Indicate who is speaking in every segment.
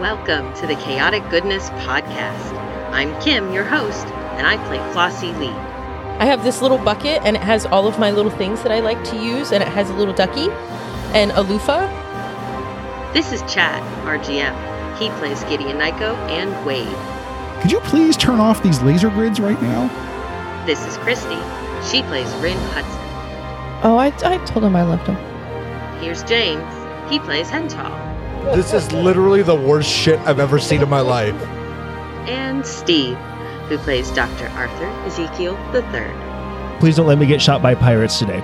Speaker 1: Welcome to the Chaotic Goodness Podcast. I'm Kim, your host, and I play Flossie Lee.
Speaker 2: I have this little bucket and it has all of my little things that I like to use and it has a little ducky and a loofah.
Speaker 1: This is Chad, our GM. He plays Gideon Nyko and Wade.
Speaker 3: Could you please turn off these laser grids right now?
Speaker 1: This is Christy. She plays Rin Hudson.
Speaker 2: Oh, I, I told him I loved him.
Speaker 1: Here's James. He plays Hental.
Speaker 4: This is literally the worst shit I've ever seen in my life.
Speaker 1: And Steve, who plays Dr. Arthur Ezekiel III.
Speaker 5: Please don't let me get shot by pirates today.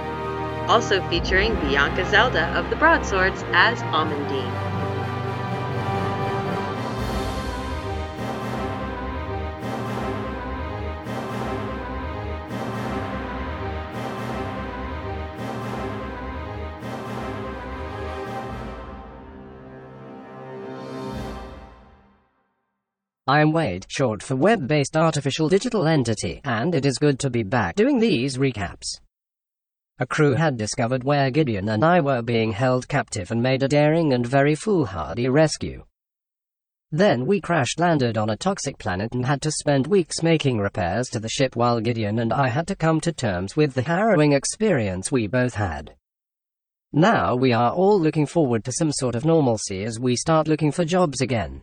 Speaker 1: Also featuring Bianca Zelda of the Broadswords as Amandine.
Speaker 6: I'm Wade, short for Web Based Artificial Digital Entity, and it is good to be back doing these recaps. A crew had discovered where Gideon and I were being held captive and made a daring and very foolhardy rescue. Then we crash landed on a toxic planet and had to spend weeks making repairs to the ship while Gideon and I had to come to terms with the harrowing experience we both had. Now we are all looking forward to some sort of normalcy as we start looking for jobs again.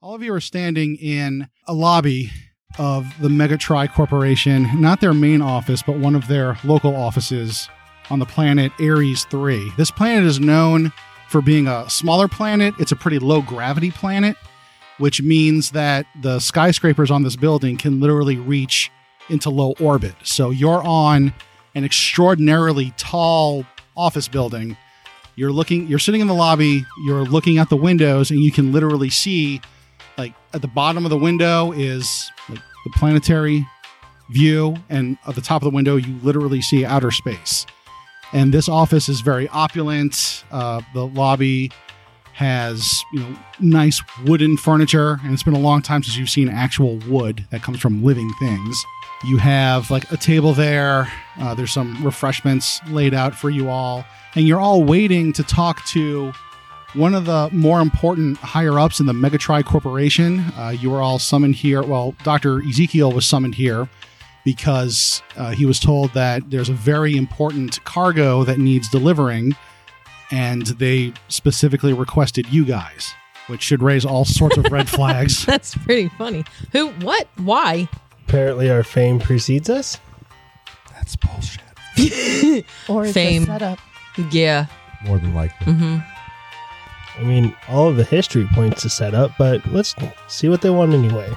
Speaker 3: All of you are standing in a lobby of the Megatri Corporation, not their main office, but one of their local offices on the planet Ares 3. This planet is known for being a smaller planet, it's a pretty low gravity planet, which means that the skyscrapers on this building can literally reach into low orbit. So you're on an extraordinarily tall office building. You're looking you're sitting in the lobby, you're looking out the windows and you can literally see like at the bottom of the window is like the planetary view and at the top of the window you literally see outer space and this office is very opulent uh, the lobby has you know nice wooden furniture and it's been a long time since you've seen actual wood that comes from living things you have like a table there uh, there's some refreshments laid out for you all and you're all waiting to talk to one of the more important higher ups in the Megatri Corporation. Uh, you were all summoned here. Well, Dr. Ezekiel was summoned here because uh, he was told that there's a very important cargo that needs delivering, and they specifically requested you guys, which should raise all sorts of red flags. Uh,
Speaker 2: That's pretty funny. Who? What? Why?
Speaker 5: Apparently, our fame precedes us.
Speaker 4: That's bullshit.
Speaker 7: Or it's
Speaker 2: Fame.
Speaker 7: a setup.
Speaker 2: Yeah.
Speaker 4: More than likely.
Speaker 2: Mm-hmm.
Speaker 5: I mean, all of the history points to set up, but let's see what they want anyway.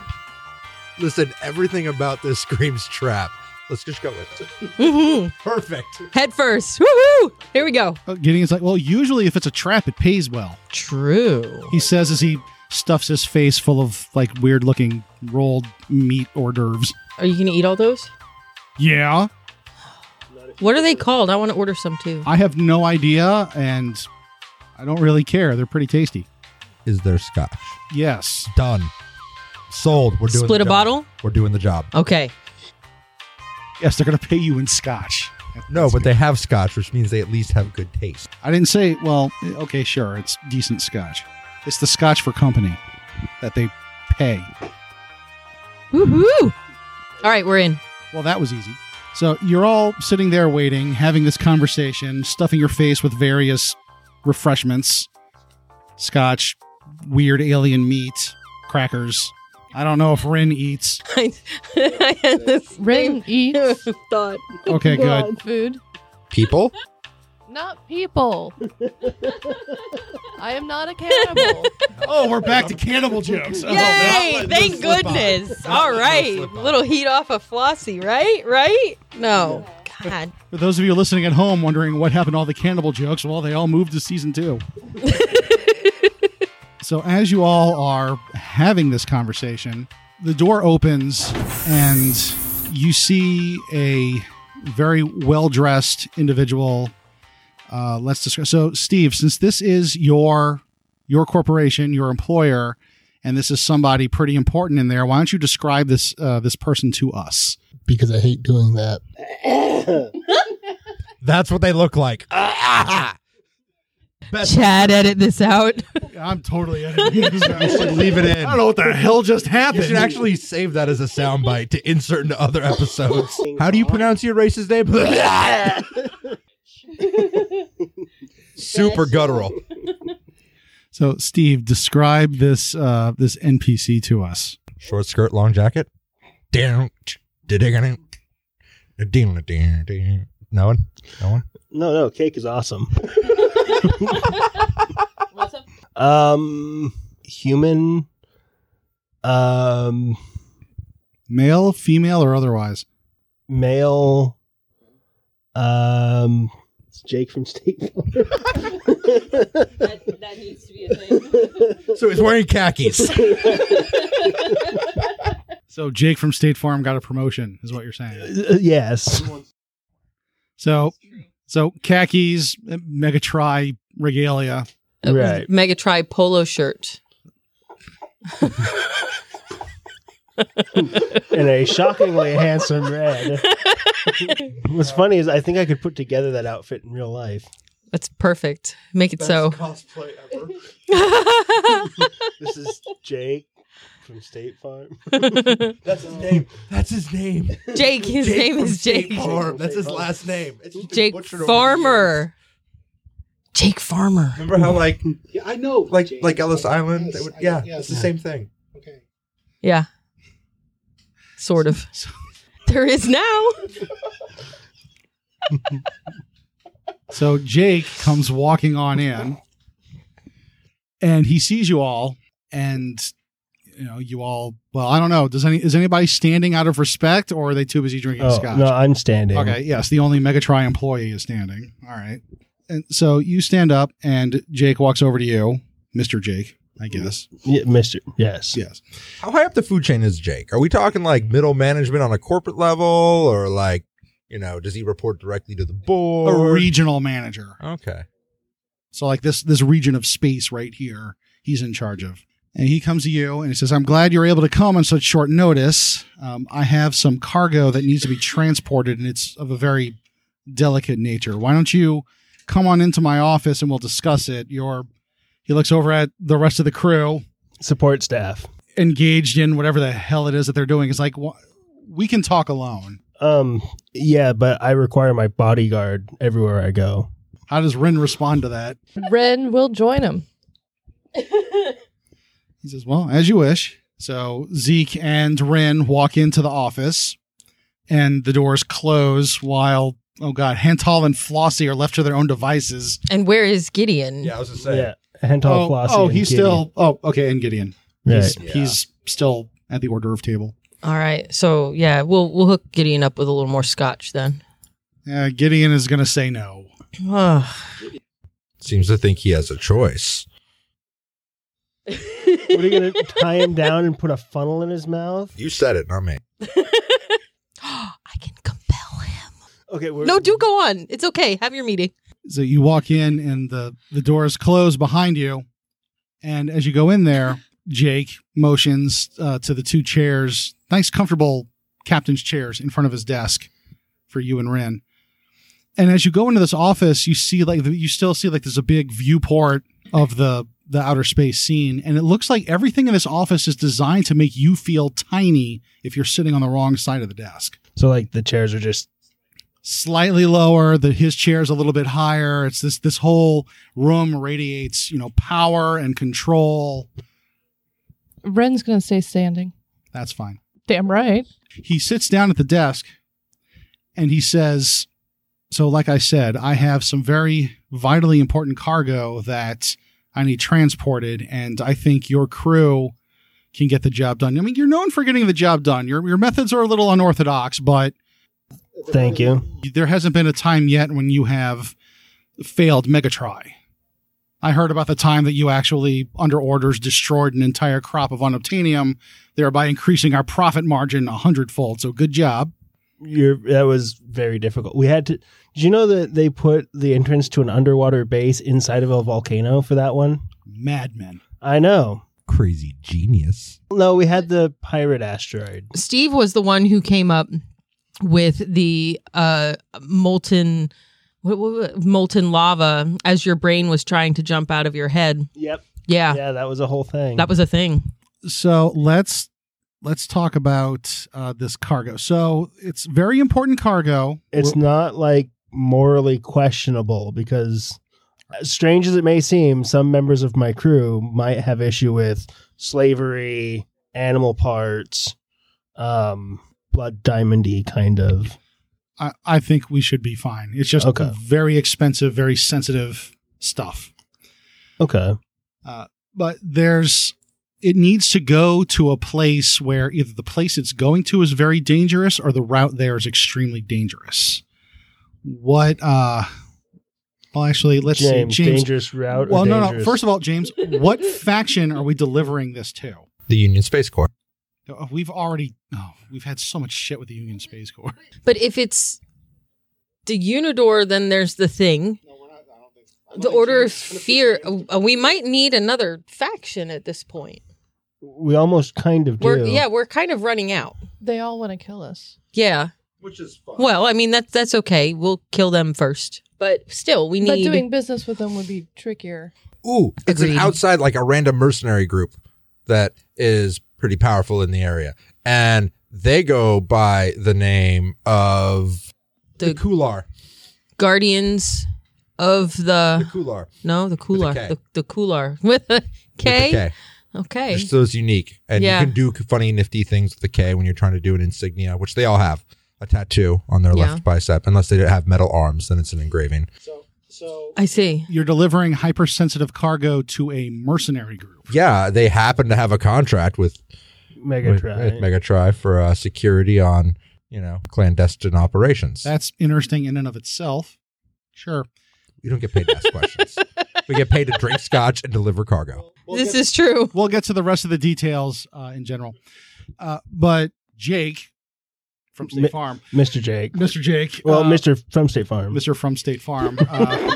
Speaker 4: Listen, everything about this screams trap. Let's just go with it.
Speaker 2: Mm-hmm.
Speaker 4: Perfect.
Speaker 2: Head first. Woohoo! Here we go.
Speaker 3: Uh, Gideon's like, well, usually if it's a trap, it pays well.
Speaker 2: True.
Speaker 3: He says as he stuffs his face full of like weird looking rolled meat hors d'oeuvres.
Speaker 2: Are you gonna eat all those?
Speaker 3: Yeah.
Speaker 2: What are they called? I want to order some too.
Speaker 3: I have no idea, and I don't really care. They're pretty tasty.
Speaker 4: Is there scotch?
Speaker 3: Yes.
Speaker 4: Done. Sold. We're doing
Speaker 2: Split
Speaker 4: the
Speaker 2: a
Speaker 4: job.
Speaker 2: bottle.
Speaker 4: We're doing the job.
Speaker 2: Okay.
Speaker 3: Yes, they're going to pay you in scotch.
Speaker 4: No, but they have scotch, which means they at least have good taste.
Speaker 3: I didn't say, well, okay, sure. It's decent scotch. It's the scotch for company that they pay.
Speaker 2: Woohoo! All right, we're in.
Speaker 3: Well, that was easy. So you're all sitting there waiting, having this conversation, stuffing your face with various refreshments scotch, weird alien meat, crackers. I don't know if Rin eats.
Speaker 2: I, I had this
Speaker 7: Rin eats
Speaker 2: same thought.
Speaker 3: Okay, good.
Speaker 7: food,
Speaker 4: People?
Speaker 7: not people. I am not a cannibal.
Speaker 3: Oh, we're back to cannibal jokes. Oh,
Speaker 2: Yay!
Speaker 4: let this
Speaker 2: Thank
Speaker 4: slip by.
Speaker 2: goodness.
Speaker 4: Don't let
Speaker 2: All
Speaker 4: this
Speaker 2: right.
Speaker 4: slip by.
Speaker 2: Little heat off of Flossie, right? Right? No. God.
Speaker 3: For those of you listening at home wondering what happened to all the cannibal jokes, well, they all moved to season two. so, as you all are having this conversation, the door opens and you see a very well dressed individual. Uh, let's discuss. So, Steve, since this is your your corporation, your employer, and this is somebody pretty important in there. Why don't you describe this uh, this person to us?
Speaker 8: because I hate doing that.
Speaker 4: That's what they look like. Ah! Best-
Speaker 2: Chad, edit this out.
Speaker 3: I'm totally editing this out.
Speaker 4: You should leave it in.
Speaker 3: I don't know what the hell just
Speaker 4: You
Speaker 3: happened.
Speaker 4: should actually save that as a soundbite to insert into other episodes. How do you pronounce your racist name? Super guttural.
Speaker 3: so, Steve, describe this uh, this NPC to us.
Speaker 4: Short skirt, long jacket. Down. No one? No one?
Speaker 5: No, no, cake is awesome. Um, human. Um,
Speaker 3: Male, female, or otherwise.
Speaker 5: male. Um, it's Jake from State Farm.
Speaker 2: that, needs to be a thing.
Speaker 4: So he's wearing khakis.
Speaker 3: So Jake from State Farm got a promotion, is what you're saying.
Speaker 5: Uh, yes.
Speaker 3: So, so khakis, Megatri regalia.
Speaker 5: Right.
Speaker 2: Mega Tri polo shirt.
Speaker 5: in a shockingly handsome red. What's funny is I think I could put together that outfit in real life.
Speaker 2: That's perfect. Make it so.
Speaker 8: Cosplay ever.
Speaker 5: This is Jake from State Farm.
Speaker 4: That's his name. That's his name.
Speaker 2: Jake, his name
Speaker 4: from
Speaker 2: is
Speaker 4: State
Speaker 2: Jake.
Speaker 4: Farm. That's his last name. It's just been
Speaker 2: Jake
Speaker 4: butchered over the years.
Speaker 2: Farmer. Jake Farmer.
Speaker 4: Remember how like
Speaker 8: Yeah, I know.
Speaker 4: like
Speaker 8: Jane.
Speaker 4: like Ellis
Speaker 8: Yes,
Speaker 4: Island? They would-
Speaker 8: I-
Speaker 4: yeah,
Speaker 8: yes,
Speaker 4: it's the same thing.
Speaker 8: Okay.
Speaker 2: Yeah. Sort of. There is now.
Speaker 3: So Jake comes walking on in, and he sees you all, and you know you all. Well, I don't know. Does any is anybody standing out of respect, or are they too busy drinking
Speaker 5: Oh,
Speaker 3: scotch?
Speaker 5: no, I'm standing.
Speaker 3: Okay, yes, the only Megatri employee is standing. All right. And so you stand up and Jake walks over to you, Mr. Jake, I guess.
Speaker 5: Yeah, Mr. Yes.
Speaker 3: Yes.
Speaker 4: How high up the food chain is Jake? Are we talking like middle management on a corporate level, or like you know, does he report directly to the board?
Speaker 3: A regional manager.
Speaker 4: okay.
Speaker 3: So like this this region of space right here, he's in charge of. And he comes to you and he says, "I'm glad you're able to come on such short notice. Um, I have some cargo that needs to be transported, and it's of a very delicate nature. Why don't you come on into my office and we'll discuss it?" Your he looks over at the rest of the crew,
Speaker 5: Support staff.
Speaker 3: engaged in whatever the hell it is that they're doing. It's like wh- we can talk alone.
Speaker 5: Um. Yeah, but I require my bodyguard everywhere I go.
Speaker 3: How does Rin respond to that?
Speaker 7: Ren will join him.
Speaker 3: He says, "Well, as you wish." So Zeke and Rin walk into the office, and the doors close while oh god, Hental and Flossie are left to their own devices.
Speaker 2: And where is Gideon?
Speaker 4: Yeah, I was just saying.
Speaker 5: Yeah. Hental
Speaker 3: oh,
Speaker 5: Flossie
Speaker 3: oh,
Speaker 5: and
Speaker 3: he's
Speaker 5: Gideon.
Speaker 3: still. Oh, okay, and Gideon.
Speaker 5: Right.
Speaker 3: He's,
Speaker 4: Yeah.
Speaker 3: he's still at the order of table.
Speaker 2: All right. So yeah, we'll we'll hook Gideon up with a little more scotch then.
Speaker 3: Uh, Gideon is going to say no.
Speaker 2: Ugh.
Speaker 4: Seems to think he has a choice.
Speaker 5: What are you gonna tie him down and put a funnel in his mouth?
Speaker 4: You said it, not me.
Speaker 2: I can compel him.
Speaker 5: Okay. We're,
Speaker 2: No, do go on. It's okay. Have your meeting.
Speaker 3: So you walk in, and the the doors close behind you. And as you go in there, Jake motions uh, to the two chairs, nice comfortable captain's chairs in front of his desk for you and Ren. And as you go into this office, you see like you still see like there's a big viewport of the the outer space scene, and it looks like everything in this office is designed to make you feel tiny if you're sitting on the wrong side of the desk
Speaker 5: So like the chairs are just
Speaker 3: slightly lower the his chair's a little bit higher it's this this whole room radiates you know power and control
Speaker 7: Ren's gonna stay standing.
Speaker 3: that's fine
Speaker 7: Damn right.
Speaker 3: he sits down at the desk and he says so like i said i have some very vitally important cargo that i need transported and i think your crew can get the job done i mean you're known for getting the job done your your methods are a little unorthodox but
Speaker 5: thank you.
Speaker 3: there hasn't been a time yet when you have failed Megatry. I heard about the time that you actually, under orders, destroyed an entire crop of unobtainium, thereby increasing our profit margin a hundredfold. So good job.
Speaker 5: You're, that was very difficult. We had to. Did you know that they put the entrance to an underwater base inside of a volcano for that one?
Speaker 3: Madmen.
Speaker 5: I know.
Speaker 4: crazy genius.
Speaker 5: No, we had the pirate asteroid.
Speaker 2: Steve was the one who came up with the uh, molten what, what- what- molten lava as your brain was trying to jump out of your head.
Speaker 5: Yep.
Speaker 2: Yeah,
Speaker 5: Yeah, that was a whole thing.
Speaker 2: that was a thing.
Speaker 3: so let's let's talk about uh, this cargo. So it's very important cargo.
Speaker 5: it's not like morally questionable because as strange as it may seem some members of my crew might have issue with slavery animal parts um blood diamondy kind of
Speaker 3: I, I think we should be fine. It's just
Speaker 5: Okay.
Speaker 3: very expensive, very sensitive stuff.
Speaker 5: okay
Speaker 3: But there's it needs to go to a place where either the place it's going to is very dangerous or the route there is extremely dangerous. What uh well actually let's
Speaker 5: james,
Speaker 3: see James
Speaker 5: dangerous route or
Speaker 3: Well no no
Speaker 5: dangerous-
Speaker 3: first of all James what faction are we delivering this to?
Speaker 4: The Union Space Corps.
Speaker 3: Uh, We've already oh, we've had so much shit with the Union Space Corps.
Speaker 2: But if it's the Unidor, then there's the thing. The Order of Fear. uh, We might need another faction at this point.
Speaker 5: we almost kind of do
Speaker 2: We're yeah, we're kind of running out.
Speaker 7: They all want to kill us.
Speaker 2: Yeah.
Speaker 4: Which is fun.
Speaker 2: Well, I mean that's that's okay. We'll kill them first. But still, we need.
Speaker 7: But doing business with them would be trickier.
Speaker 4: Ooh, it's
Speaker 2: Agreed.
Speaker 4: an outside, like a random mercenary group that is pretty powerful in the area. And they go by the name of the,
Speaker 2: The-
Speaker 4: Kular.
Speaker 2: Guardians of
Speaker 4: The
Speaker 2: the
Speaker 4: Kular.
Speaker 2: no, the Kular,
Speaker 4: K.
Speaker 2: the, the Kular with a
Speaker 4: With
Speaker 2: K.
Speaker 4: the K.
Speaker 2: Okay,
Speaker 4: Just those unique. And
Speaker 2: Yeah.
Speaker 4: you can do funny, nifty things with the K when you're trying to do an insignia, which they all have a tattoo on their
Speaker 2: Yeah.
Speaker 4: left bicep, unless they have metal arms, then it's an engraving.
Speaker 2: I see.
Speaker 3: You're delivering hypersensitive cargo to a mercenary group.
Speaker 4: Yeah, they happen to have a contract with
Speaker 5: mega
Speaker 4: with-
Speaker 5: try
Speaker 4: with Megatry for uh, security on, you know, clandestine operations.
Speaker 3: That's interesting in and of itself. Sure.
Speaker 4: we don't get paid to ask questions. We get paid to drink scotch and deliver cargo.
Speaker 2: this is true.
Speaker 3: We'll get to the rest of the details uh, in general. Uh, but Jake from State
Speaker 5: Mi-
Speaker 3: Farm,
Speaker 5: mr jake
Speaker 3: Mr. Jake,
Speaker 5: well
Speaker 3: uh,
Speaker 5: mr from state farm
Speaker 3: Mr. from State Farm. Uh,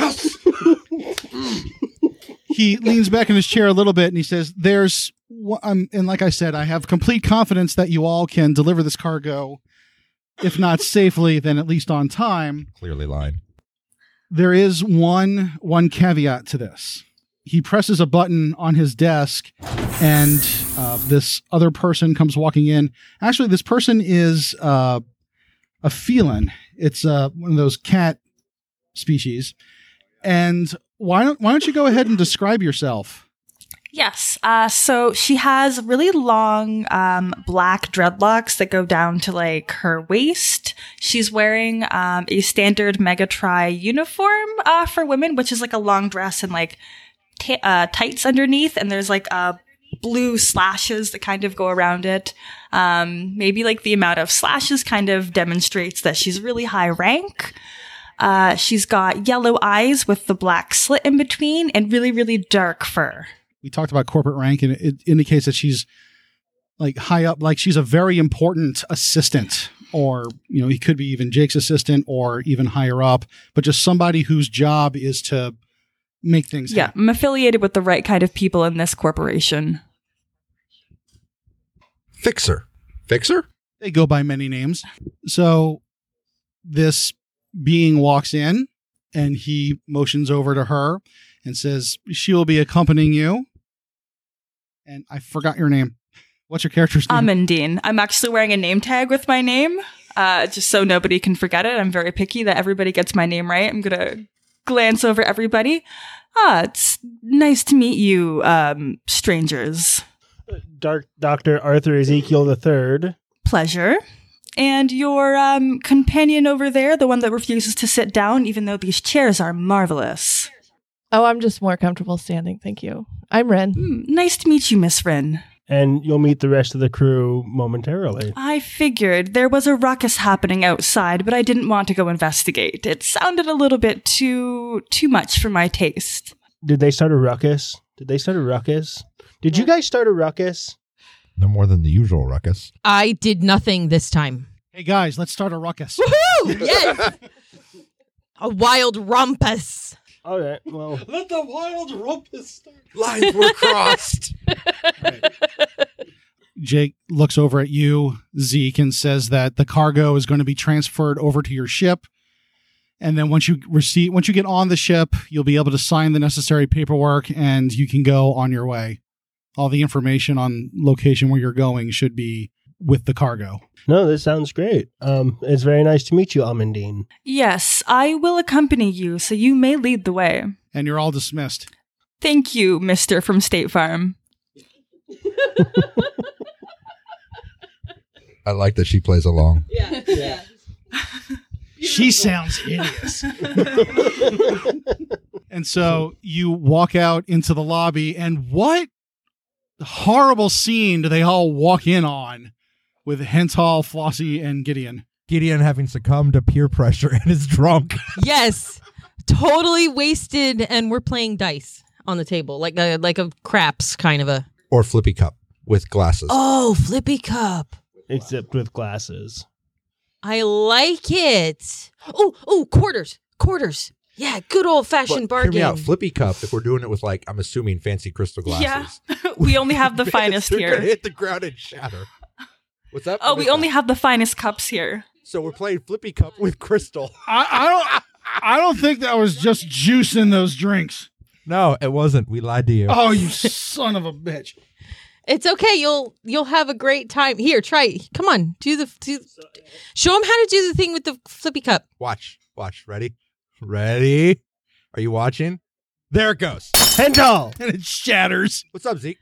Speaker 3: yes. he leans back in his chair a little bit and he says, "There's, wh- um, and like I said, I have complete confidence that you all can deliver this cargo, if not safely, then at least on time."
Speaker 4: Clearly lying.
Speaker 3: there is one one caveat to this. He presses a button on his desk, and uh, this other person comes walking in. Actually, this person is uh, a felin. It's uh, one of those cat species. And why don't why don't you go ahead and describe yourself?
Speaker 9: Yes. Uh, so she has really long um, black dreadlocks that go down to like her waist. She's wearing um, a standard Megatri uniform uh, for women, which is like a long dress and like t- uh, tights underneath, and there's like uh, blue slashes that kind of go around it. Um, maybe like the amount of slashes kind of demonstrates that she's really high rank. Uh, she's got yellow eyes with the black slit in between and really, really dark fur.
Speaker 3: We talked about corporate rank, and it indicates that she's like high up, like she's a very important assistant, or you know, he could be even Jake's assistant, or even higher up, but just somebody whose job is to make things
Speaker 9: Yeah,
Speaker 3: happen.
Speaker 9: I'm affiliated with the right kind of people in this corporation.
Speaker 4: Fixer. Fixer?
Speaker 3: They go by many names. So this being walks in, and he motions over to her and says, "She will be accompanying you." And I forgot your name. What's your character's name?
Speaker 9: Amandine. I'm actually wearing a name tag with my name, uh, just so nobody can forget it. I'm very picky that everybody gets my name right. I'm gonna glance over everybody. Ah, it's nice to meet you, um, strangers.
Speaker 5: dark dr arthur ezekiel the third
Speaker 9: Pleasure. And your um, companion over there, the one that refuses to sit down, even though these chairs are marvelous.
Speaker 7: Oh, I'm just more comfortable standing. Thank you. I'm Ren.
Speaker 9: Hmm, nice to meet you, Miss Wren.
Speaker 5: and you'll meet the rest of the crew momentarily
Speaker 9: I figured there was a ruckus happening outside, but I didn't want to go investigate. It sounded a little bit too too much for my taste.
Speaker 5: Did they start a ruckus? Did they start a ruckus? Did you guys start a ruckus?
Speaker 4: No more than the usual ruckus.
Speaker 2: I did nothing this time.
Speaker 3: hey
Speaker 7: Oh,
Speaker 3: guys, let's start a ruckus.
Speaker 2: Woohoo! Yes, a wild rumpus.
Speaker 5: All right. Well,
Speaker 8: Let the wild rumpus start.
Speaker 4: Lines were crossed.
Speaker 3: Jake looks over at you, Zeke, and says that the cargo is going to be transferred over to your ship. And then once you receive, once you get on the ship, you'll be able to sign the necessary paperwork, and you can go on your way. All the information on location where you're going should be with the cargo.
Speaker 5: no, this sounds great. Um, it's very nice to meet you, Amandine.
Speaker 9: Yes, I will accompany you, so you may lead the way.
Speaker 3: And you're all dismissed.
Speaker 9: Thank you, Mister from State Farm.
Speaker 4: I like that she plays along.
Speaker 2: Yeah. yeah.
Speaker 3: She sounds hideous. and so you walk out into the lobby, and what horrible scene do they all walk in on with Henthal, Flossie, and Gideon?
Speaker 10: Gideon having succumbed to peer pressure and is drunk.
Speaker 2: yes. Totally wasted and we're playing dice on the table. Like a like a craps kind of a
Speaker 4: Or Flippy Cup with glasses.
Speaker 2: Oh, flippy cup.
Speaker 5: Except with glasses.
Speaker 2: I like it. Oh, oh, quarters. Quarters. Yeah, good old fashioned
Speaker 4: But hear
Speaker 2: bargain.
Speaker 4: me out. Flippy Cup, if we're doing it with, like, I'm assuming fancy crystal glasses.
Speaker 9: we only have the
Speaker 4: Man,
Speaker 9: finest
Speaker 4: they're gonna
Speaker 9: here.
Speaker 4: hit the ground and shatter. What's up?
Speaker 9: Oh, we only have the finest cups here.
Speaker 4: So we're playing Flippy Cup with crystal.
Speaker 3: I, I don't. I don't think that was just juice in those drinks.
Speaker 10: No, it wasn't. We lied to you.
Speaker 3: Oh, you son of a bitch!
Speaker 2: It's okay. You'll you'll have a great time. Here, try. it. Come on, do the do, show them how to do the thing with the flippy cup.
Speaker 4: Watch, watch. Ready? Ready? Are you watching? There it goes.
Speaker 5: Hental,
Speaker 3: And it shatters.
Speaker 4: What's up, Zeke?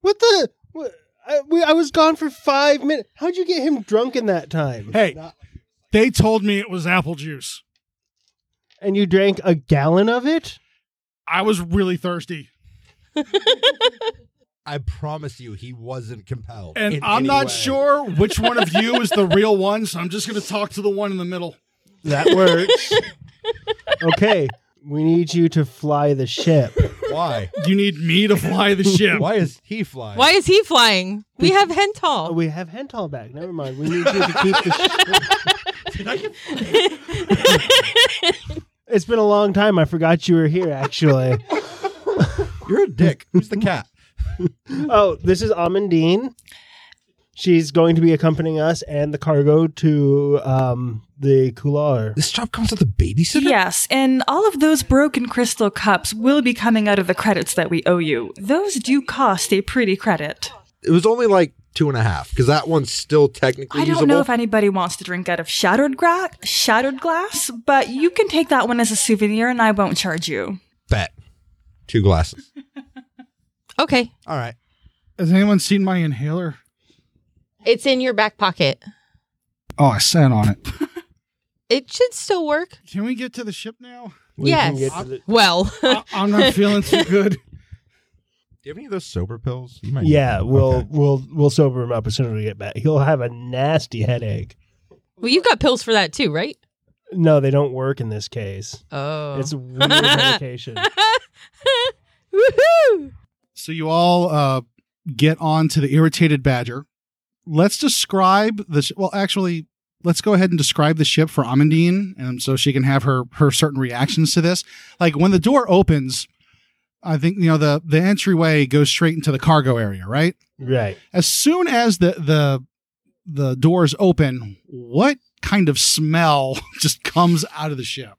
Speaker 5: what the? What, I, we, I was gone for five minutes. How'd you get him drunk in that time?
Speaker 3: Hey, they told me it was apple juice.
Speaker 5: And you drank a gallon of it?
Speaker 3: I was really thirsty,
Speaker 4: I promise you, he wasn't compelled.
Speaker 3: and
Speaker 4: in
Speaker 3: I'm
Speaker 4: any
Speaker 3: not
Speaker 4: way.
Speaker 3: sure which one of you is the real one. So I'm just going to talk to the one in the middle.
Speaker 5: That works. okay, we need you to fly the ship.
Speaker 4: why.
Speaker 3: You need me to fly the ship.
Speaker 4: Why is he flying?
Speaker 2: Why is he flying? We have Hental.
Speaker 5: Oh, we have Hental back. Never mind. We need you to keep the. Sh- it's been a long time. I forgot you were here. Actually.
Speaker 4: You're a dick. Who's the cat?
Speaker 5: Oh, this is Amandine. She's going to be accompanying us and the cargo to um, the Kular.
Speaker 4: This job comes with a babysitter?
Speaker 9: Yes, and all of those broken crystal cups will be coming out of the credits that we owe you. Those do cost a pretty credit.
Speaker 4: It was only like two and a half because that one's still technically
Speaker 9: I don't
Speaker 4: usable.
Speaker 9: know if anybody wants to drink out of shattered, gra- shattered glass, but you can take that one as a souvenir and I won't charge you.
Speaker 4: Bet. Two glasses.
Speaker 2: Okay,
Speaker 4: All right.
Speaker 3: Has anyone seen my inhaler?
Speaker 2: it's in your back pocket.
Speaker 3: Oh, I sat on it.
Speaker 2: It should still work.
Speaker 3: Can we get to the ship now?
Speaker 5: We can
Speaker 2: Yes.
Speaker 5: get to the-
Speaker 2: Well,
Speaker 3: I, I'm not feeling too good.
Speaker 4: Do you have any of those sober pills? You might
Speaker 5: yeah, we'll
Speaker 4: Okay.
Speaker 5: we'll we'll sober him up as soon as we get back. He'll have a nasty headache.
Speaker 2: well, you've got pills for that too, right?
Speaker 5: No, they don't work in this case.
Speaker 2: Oh,
Speaker 5: It's a weird medication.
Speaker 2: woohoo!
Speaker 3: So you all uh, get on to the irritated badger. Let's describe the sh- well. Actually, let's go ahead and describe the ship for Amandine, and so she can have her her certain reactions to this. Like when the door opens, I think you know the the entryway goes straight into the cargo area, right?
Speaker 5: Right.
Speaker 3: As soon as the the the doors open, what kind of smell just comes out of the ship?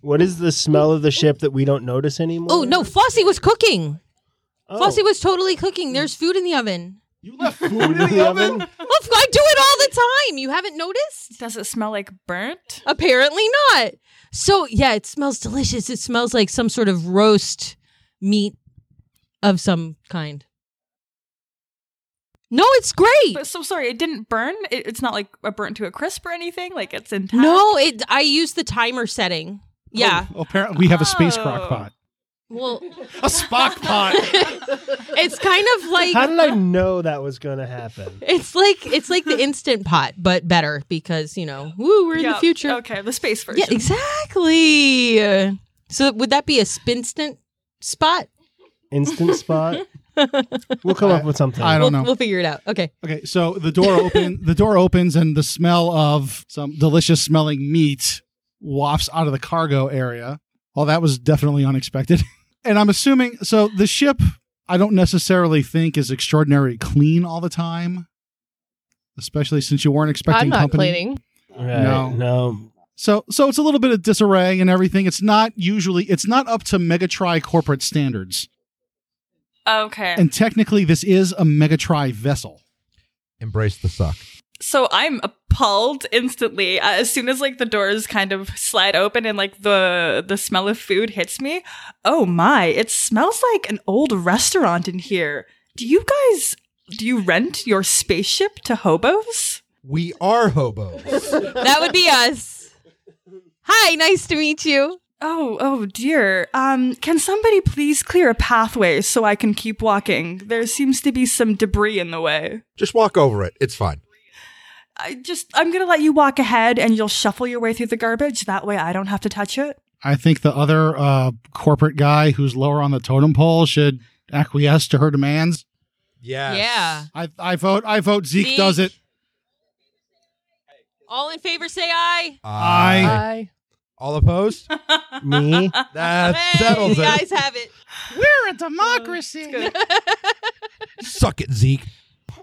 Speaker 5: What is the smell of the ship that we don't notice anymore?
Speaker 2: Oh no, Flossie was cooking.
Speaker 5: Oh.
Speaker 2: Flossie was totally cooking. There's food in the oven.
Speaker 3: You left food
Speaker 5: in the oven?
Speaker 2: Oh, I do it all the time. You haven't noticed?
Speaker 9: Does it smell like burnt?
Speaker 2: Apparently not. So yeah, it smells delicious. It smells like some sort of roast meat of some kind. No, it's great.
Speaker 9: But so sorry, it didn't burn. It, it's not like a burnt to a crisp or anything. Like it's intact.
Speaker 2: No, it. I used the timer setting. Yeah.
Speaker 3: apparently, we have a space
Speaker 9: Oh.
Speaker 3: crock pot.
Speaker 2: Well,
Speaker 3: A Spock pot.
Speaker 2: it's kind of like
Speaker 5: How did I know that was going to happen?
Speaker 2: it's like it's like the instant pot, but better because you know, woo, we're in
Speaker 9: Yeah,
Speaker 2: the future.
Speaker 9: Okay, the space version.
Speaker 2: Yeah, exactly. So would that be a spinstant spot?
Speaker 5: Instant spot. We'll come up with something.
Speaker 3: I don't
Speaker 2: we'll,
Speaker 3: know.
Speaker 2: We'll figure it out. Okay.
Speaker 3: Okay, so the door open the door opens and the smell of some delicious smelling meat wafts out of the cargo area. Well, that was definitely unexpected. and I'm assuming so the ship I don't necessarily think is extraordinarily clean all the time, especially since you weren't expecting
Speaker 7: I'm not
Speaker 3: company.
Speaker 7: cleaning.
Speaker 5: Right.
Speaker 3: No.
Speaker 5: no.
Speaker 3: So so it's a little bit of disarray and everything. It's not usually it's not up to Megatri corporate standards.
Speaker 9: Okay.
Speaker 3: And technically this is a Megatri vessel.
Speaker 4: Embrace the suck.
Speaker 9: so I'm appalled instantly uh, as soon as like the doors kind of slide open and like the the smell of food hits me. Oh my, it smells like an old restaurant in here. Do you guys do you rent your spaceship to hobos?
Speaker 4: We are hobos.
Speaker 11: That would be us. Hi, nice to meet you.
Speaker 9: Oh, oh dear. Um can somebody please clear a pathway so I can keep walking? There seems to be some debris in the way.
Speaker 4: Just walk over it. It's fine.
Speaker 9: I just I'm going to let you walk ahead and you'll shuffle your way through the garbage that way I don't have to touch it.
Speaker 3: I think the other uh, corporate guy who's lower on the totem pole should acquiesce to her demands.
Speaker 4: Yeah.
Speaker 2: Yeah.
Speaker 3: I, I vote I vote Zeke,
Speaker 2: Zeke.
Speaker 3: does it.
Speaker 2: All in favor, say aye.
Speaker 10: Uh,
Speaker 4: I
Speaker 5: Uh,
Speaker 7: I
Speaker 10: All opposed?
Speaker 5: Me?
Speaker 4: that
Speaker 2: Hey,
Speaker 4: settles
Speaker 2: you
Speaker 4: it.
Speaker 2: guys have it.
Speaker 3: We're a democracy.
Speaker 10: Suck it, Zeke.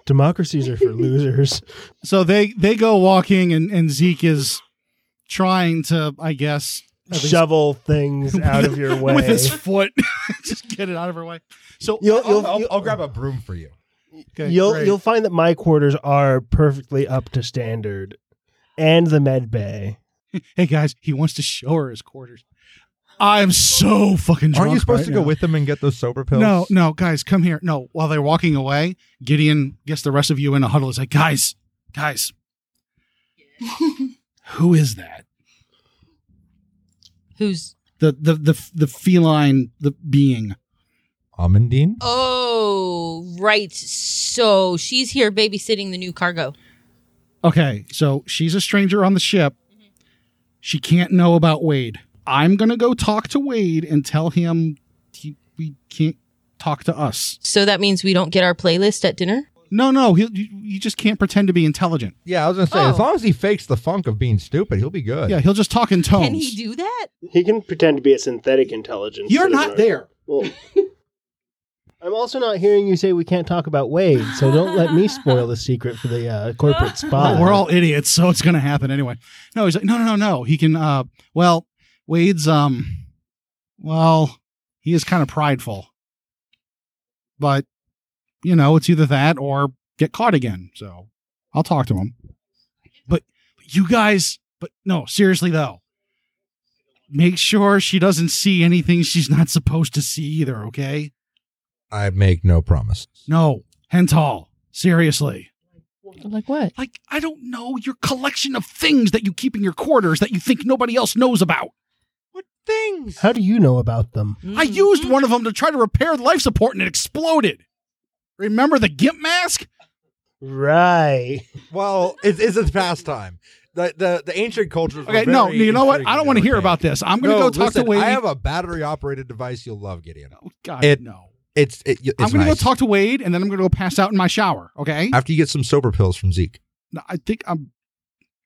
Speaker 5: Democracies are for losers.
Speaker 3: so they they go walking and, and Zeke is trying to, I guess, at least
Speaker 5: Shovel things out of your way.
Speaker 3: with his foot. Just get it out of her way. So
Speaker 5: You'll-
Speaker 4: I'll,
Speaker 5: you'll-
Speaker 4: I'll-
Speaker 5: you'll-
Speaker 4: I'll grab a broom for you.
Speaker 3: okay,
Speaker 5: you'll
Speaker 3: great.
Speaker 5: you'll find that my quarters are perfectly up to standard, and the med bay.
Speaker 3: hey guys, he wants to show her his quarters. I'm so fucking drunk.
Speaker 10: Aren't you supposed
Speaker 3: right
Speaker 10: to go
Speaker 3: now.
Speaker 10: with them and get those sober pills?
Speaker 3: No, no, guys, come here. No, while they're walking away, Gideon gets the rest of you in a huddle. He's like, guys, guys, who is that?
Speaker 2: Who's
Speaker 3: The the the the feline the being.
Speaker 10: Amandine?
Speaker 2: Oh, right. So she's here babysitting the new cargo.
Speaker 3: Okay, so she's a stranger on the ship.
Speaker 2: Mm-hmm.
Speaker 3: She can't know about Wade. I'm gonna go talk to Wade and tell him he, we can't talk to us.
Speaker 2: So that means we don't get our playlist at dinner?
Speaker 3: No, no, he, you you just can't pretend to be intelligent.
Speaker 10: Yeah, I was gonna say, as
Speaker 2: Oh.
Speaker 10: long as he fakes the funk of being stupid, he'll be good.
Speaker 3: Yeah, he'll just talk in tones.
Speaker 2: Can he do that?
Speaker 5: He can pretend to be a synthetic intelligence.
Speaker 3: You're not there.
Speaker 5: Well, I'm also not hearing you say we can't talk about Wade, so don't let me spoil the secret for the uh, corporate spy.
Speaker 3: Well, we're all idiots, so it's gonna happen anyway. No, he's like, no, no, no, no. He can. Uh, well, Wade's. Um, well, he is kind of prideful, but you know, it's either that or get caught again. So I'll talk to him. But you guys, but no, seriously though, make sure she doesn't see anything she's not supposed to see either. Okay?
Speaker 4: I make no promise.
Speaker 3: No, Hental. Seriously.
Speaker 7: like what?
Speaker 3: like I don't know your collection of things that you keep in your quarters that you think nobody else knows about.
Speaker 4: What things?
Speaker 5: How do you know about them?
Speaker 3: I
Speaker 7: Mm-hmm.
Speaker 3: used one of them to try to repair life support and it exploded. Remember the gimp mask?
Speaker 5: Right.
Speaker 4: Well, it's, it's a pastime. The, the the ancient cultures. were
Speaker 3: Okay, no,
Speaker 4: very
Speaker 3: you know what? I
Speaker 4: intriguing
Speaker 3: don't want to
Speaker 4: and
Speaker 3: hear about
Speaker 4: archaic.
Speaker 3: this. I'm going to
Speaker 4: No,
Speaker 3: go talk
Speaker 4: listen,
Speaker 3: to Wade.
Speaker 4: I have a battery operated device you'll love, Gideon.
Speaker 3: oh, God,
Speaker 4: it-
Speaker 3: no.
Speaker 4: It's it, it's
Speaker 3: I'm going to
Speaker 4: nice.
Speaker 3: go talk to Wade and then I'm going to go pass out in my shower. Okay. I,
Speaker 4: after you get some sober pills from Zeke.
Speaker 3: I think I'm.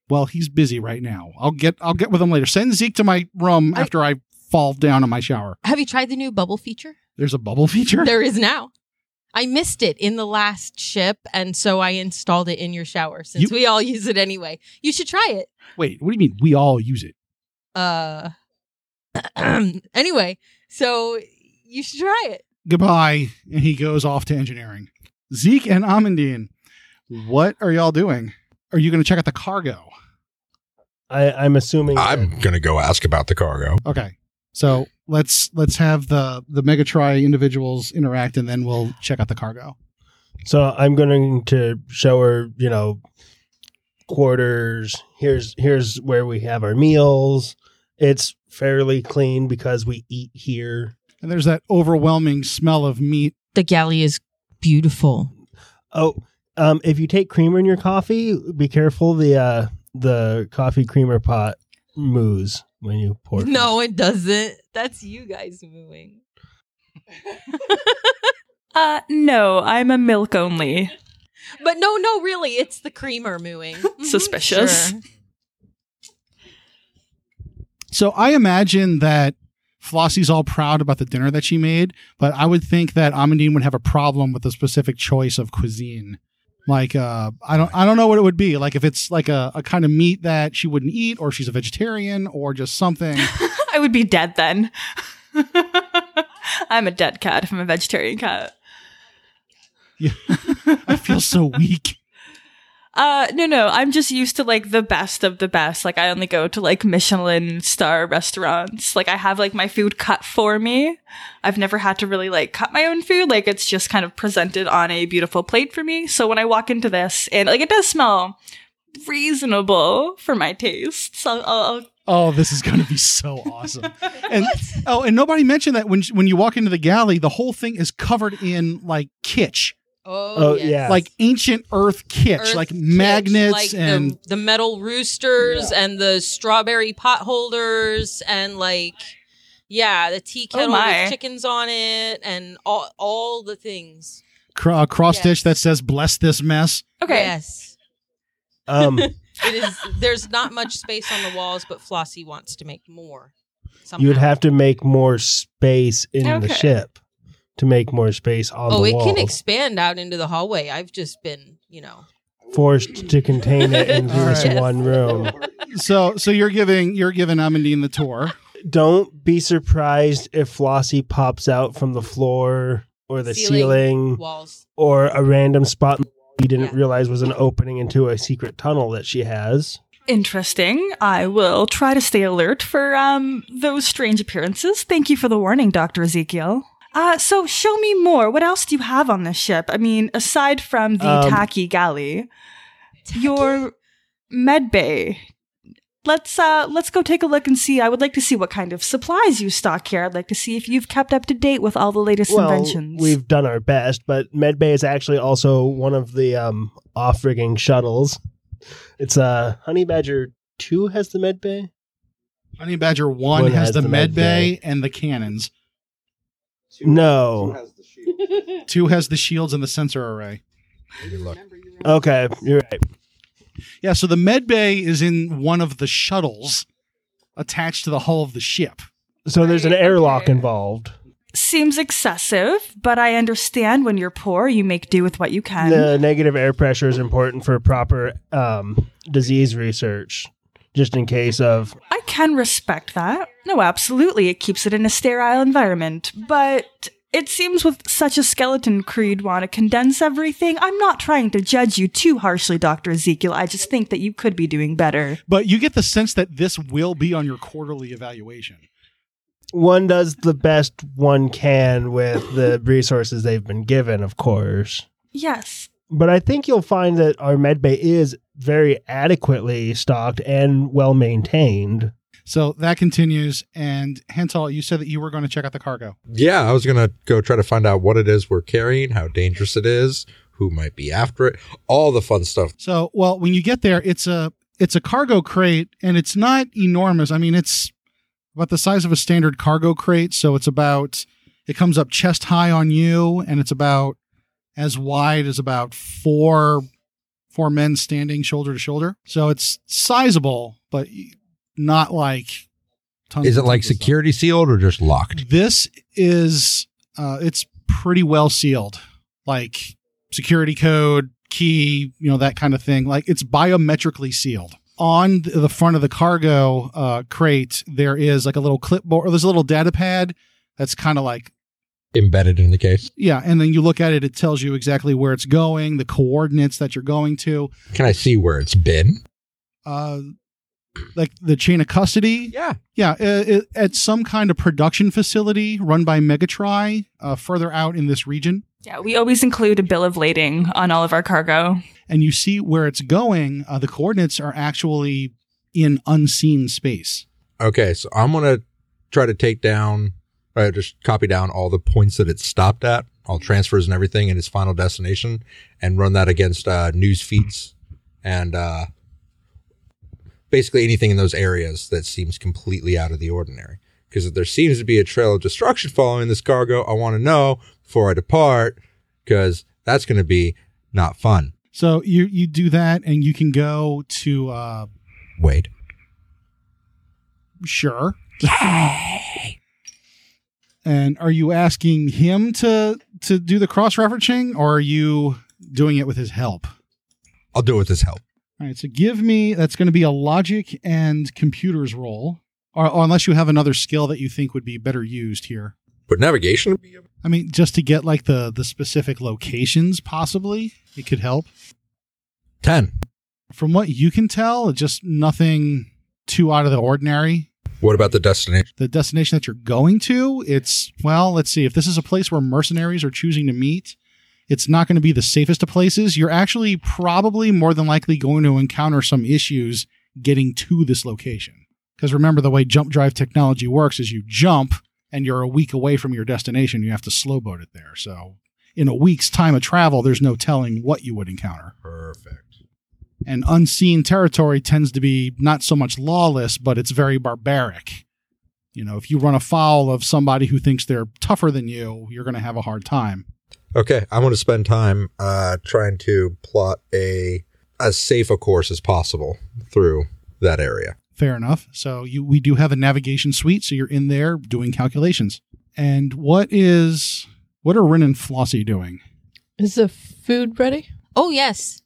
Speaker 3: Well, he's busy right now. I'll get I'll get with him later. Send Zeke to my room
Speaker 2: I-
Speaker 3: after I fall down in my shower.
Speaker 2: Have you tried the new bubble feature?
Speaker 3: There's a bubble feature.
Speaker 2: There is now. I missed it in the last ship, and so I installed it in your shower since
Speaker 3: You-
Speaker 2: we all use it anyway. You should try it.
Speaker 3: Wait, what do you mean? We all use it.
Speaker 2: Uh, anyway, so you should try it.
Speaker 3: goodbye and he goes off to engineering zeke and amandine what are y'all doing are you going to check out the cargo
Speaker 5: I, I'm assuming.
Speaker 4: I'm gonna go ask about the cargo.
Speaker 3: okay so let's let's have the the megatri individuals interact and then we'll check out the cargo
Speaker 5: So I'm going to show her, you know, quarters. Here's here's where we have our meals. It's fairly clean because we eat here.
Speaker 3: and there's that overwhelming smell of meat
Speaker 2: The galley is beautiful.
Speaker 5: Oh, um, if you take creamer in your coffee, be careful the uh, the coffee creamer pot moves when you pour. it.
Speaker 2: No, Oh, it doesn't. That's you guys mooing.
Speaker 9: Uh no, I'm a milk only.
Speaker 2: But no, no, really, it's the creamer mooing. Mhm,
Speaker 9: Suspicious.
Speaker 2: sure.
Speaker 3: so i imagine that Flossie's all proud about the dinner that she made, but I would think that Amandine would have a problem with the specific choice of cuisine. Like uh, I don't I don't know what it would be. Like if it's like a, a kind of meat that she wouldn't eat, or she's a vegetarian, or just something.
Speaker 9: I would be dead then. I'm a dead cat if I'm a vegetarian cat.
Speaker 3: Yeah. I feel so weak.
Speaker 9: Uh, no, no, I'm just used to like the best of the best. Like I only go to like Michelin star restaurants. Like I have like my food cut for me. I've never had to really like cut my own food. Like it's just kind of presented on a beautiful plate for me. So when I walk into this and like it does smell reasonable for my taste. So I'll, I'll
Speaker 3: Oh, this is going to be so awesome. And oh, and nobody mentioned that when when you walk into the galley, the whole thing is covered in like kitsch.
Speaker 2: Oh,
Speaker 5: Oh, yes. yeah.
Speaker 3: Like ancient earth kitsch,
Speaker 2: Earth
Speaker 3: like
Speaker 2: kitsch,
Speaker 3: magnets
Speaker 2: like the-
Speaker 3: and
Speaker 2: the, metal roosters and the strawberry pot holders and like yeah, the tea
Speaker 9: Oh,
Speaker 2: kettle
Speaker 9: my.
Speaker 2: with chickens on it and all all the things.
Speaker 3: cr- uh, cross stitch that says "Bless this mess."
Speaker 9: Okay.
Speaker 2: Yes.
Speaker 5: Um,
Speaker 2: It is there's not much space on the walls, but Flossie wants to make more. Somehow.
Speaker 5: you would have to make more space in the
Speaker 9: Okay.
Speaker 5: ship to make more space on
Speaker 2: Oh,
Speaker 5: the
Speaker 2: it
Speaker 5: wall.
Speaker 2: can expand out into the hallway. I've just been, you know.
Speaker 5: forced to contain it into
Speaker 3: All
Speaker 5: this
Speaker 2: right.
Speaker 5: one room.
Speaker 3: So, so you're giving you're giving Amandine the tour.
Speaker 5: Don't be surprised if Flossie pops out from the floor or the ceiling,
Speaker 2: walls.
Speaker 5: or a random spot you didn't
Speaker 2: Yeah.
Speaker 5: realize was an opening into a secret tunnel that she has.
Speaker 9: Interesting. I will try to stay alert for um, those strange appearances. Thank you for the warning, Dr. Ezekiel. Uh, so, show me more. What else do you have on this ship? I mean, aside from the
Speaker 5: Um,
Speaker 9: tacky galley, your med bay. Let's uh, let's go take a look and see. I would like to see what kind of supplies you stock here. I'd like to see if you've kept up to date with all the latest inventions.
Speaker 5: we've done our best, but Medbay is actually also one of the um, off-rigging shuttles. It's uh, Honey Badger Two has the Medbay.
Speaker 3: Honey Badger One,
Speaker 5: One
Speaker 3: has, the, med bay and the cannons.
Speaker 5: No,
Speaker 3: Two has the shields and the sensor array.
Speaker 5: okay, you're right.
Speaker 3: Yeah, so the med bay is in one of the shuttles attached to the hull of the ship.
Speaker 5: So there's an airlock involved.
Speaker 9: Seems excessive, but I understand when you're poor, you make do with what you can.
Speaker 5: the negative air pressure is important for proper um, disease research, just in case of.
Speaker 9: I can respect that. No, absolutely. It keeps it in a sterile environment. But it seems with such a skeleton crew, you'd want to condense everything. I'm not trying to judge you too harshly, Dr. Ezekiel. I just think that you could be doing better.
Speaker 3: But you get the sense that this will be on your quarterly evaluation.
Speaker 5: One does the best one can with the resources they've been given, of course.
Speaker 9: Yes.
Speaker 5: But I think you'll find that our med bay is very adequately stocked and well maintained.
Speaker 3: So that continues. And Hental, you said that you were going to check out the cargo.
Speaker 4: Yeah, I was gonna go try to find out what it is we're carrying, how dangerous it is, who might be after it, all the fun stuff.
Speaker 3: So, well, when you get there, it's a it's a cargo crate, and it's not enormous. I mean, it's about the size of a standard cargo crate. So it's about it comes up chest high on you, and it's about as wide as about four four men standing shoulder to shoulder. So it's sizable, but not like. Tons
Speaker 10: Is it
Speaker 3: and
Speaker 10: like
Speaker 3: tons of stuff.
Speaker 10: security sealed or just locked?
Speaker 3: This is uh, it's pretty well sealed, like security code, key, you know that kind of thing. Like it's biometrically sealed. On th- the front of the cargo uh, crate, there is like a little clipboard. Or there's a little data pad that's kind of like
Speaker 4: Embedded in the case.
Speaker 3: yeah, and then you look at it. It tells you exactly where it's going, the coordinates that you're going to,
Speaker 4: Can I see where it's been?
Speaker 3: uh, like the chain of custody.
Speaker 4: Yeah.
Speaker 3: Yeah, uh, it, at some kind of production facility run by Megatri uh, further out in this region,
Speaker 9: Yeah, we always include a bill of lading on all of our cargo.
Speaker 3: and you see where it's going. Uh, the coordinates are actually in unseen space.
Speaker 4: Okay, so I'm gonna try to take down, uh, just copy down all the points that it stopped at, all transfers and everything, and its final destination, and run that against uh, news feeds and uh, basically anything in those areas that seems completely out of the ordinary. Because if there seems to be a trail of destruction following this cargo, I want to know before I depart, because that's gonna be not fun.
Speaker 3: So you you do that, and you can go to uh,
Speaker 4: Wade,
Speaker 3: sure. And are you asking him to to do the cross referencing, or are you doing it with his help?
Speaker 4: I'll do it with his help.
Speaker 3: All right, so give me that's going to be a logic and computers roll, or, or unless you have another skill that you think would be better used here.
Speaker 4: But navigation,
Speaker 3: I mean, just to get like the the specific locations, possibly it could help.
Speaker 4: ten.
Speaker 3: From what you can tell, just nothing too out of the ordinary.
Speaker 4: What about the destination?
Speaker 3: The destination that you're going to, it's well, let's see. If this is a place where mercenaries are choosing to meet, it's not going to be the safest of places. You're actually probably more than likely going to encounter some issues getting to this location. Because remember, the way jump drive technology works is you jump and you're a week away from your destination. You have to slow boat it there. So, in a week's time of travel, there's no telling what you would encounter.
Speaker 4: Perfect.
Speaker 3: And unseen territory tends to be not so much lawless, but it's very barbaric. You know, if you run afoul of somebody who thinks they're tougher than you, you're going to have a hard time.
Speaker 4: Okay, I want to spend time uh, trying to plot a as safe a course as possible through that area.
Speaker 3: Fair enough. So you we do have a navigation suite, so you're in there doing calculations. And what is what are Rin and Flossie doing?
Speaker 7: Is the food ready?
Speaker 11: Oh yes,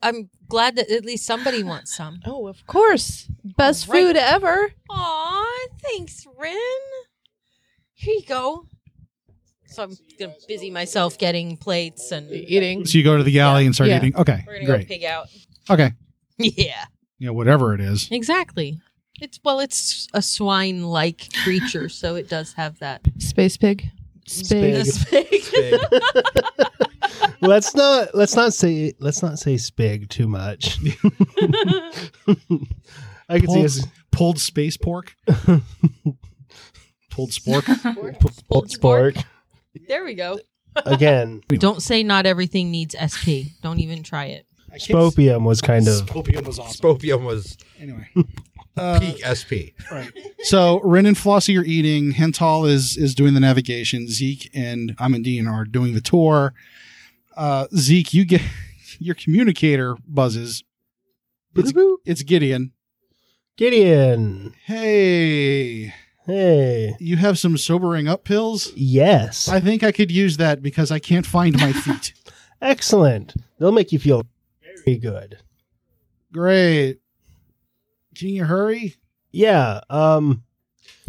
Speaker 11: I'm glad that at least somebody wants some.
Speaker 7: Oh, of course. Best
Speaker 11: Right.
Speaker 7: food ever.
Speaker 11: Aw, thanks, Rin. Here you go. So I'm gonna busy myself getting plates and
Speaker 7: Eating.
Speaker 3: So you go to the galley and start
Speaker 7: Yeah.
Speaker 3: eating. Okay,
Speaker 11: We're gonna go
Speaker 3: great.
Speaker 11: pig out.
Speaker 3: Okay,
Speaker 11: Yeah,
Speaker 3: you know whatever it is.
Speaker 11: exactly. It's well, it's a swine-like creature, so it does have that.
Speaker 7: Space pig. Space.
Speaker 5: Spig. let's not let's not say let's not say spig too much. I can see
Speaker 3: Pulled,
Speaker 5: us
Speaker 3: pulled space pork. pulled spork.
Speaker 5: pulled spork
Speaker 11: there we go.
Speaker 5: again.
Speaker 2: Don't say not everything needs SP. Don't even try it.
Speaker 5: Spopium was kind of
Speaker 3: Spopium was awesome.
Speaker 4: Spopium was
Speaker 3: Anyway,
Speaker 9: Uh,
Speaker 4: peak SP.
Speaker 3: right. Uh, So Rin and Flossie are eating. Hental is is doing the navigation. Zeke and Amandine are doing the tour. Uh, Zeke, you get your communicator buzzes. It's,
Speaker 5: Boo-boo.
Speaker 3: it's Gideon.
Speaker 5: Gideon.
Speaker 3: Hey,
Speaker 5: Hey.
Speaker 3: you have some sobering up pills?
Speaker 5: Yes.
Speaker 3: I think I could use that because I can't find my feet.
Speaker 5: Excellent. They'll make you feel very good.
Speaker 3: Great. Can you hurry?
Speaker 5: Yeah. Um.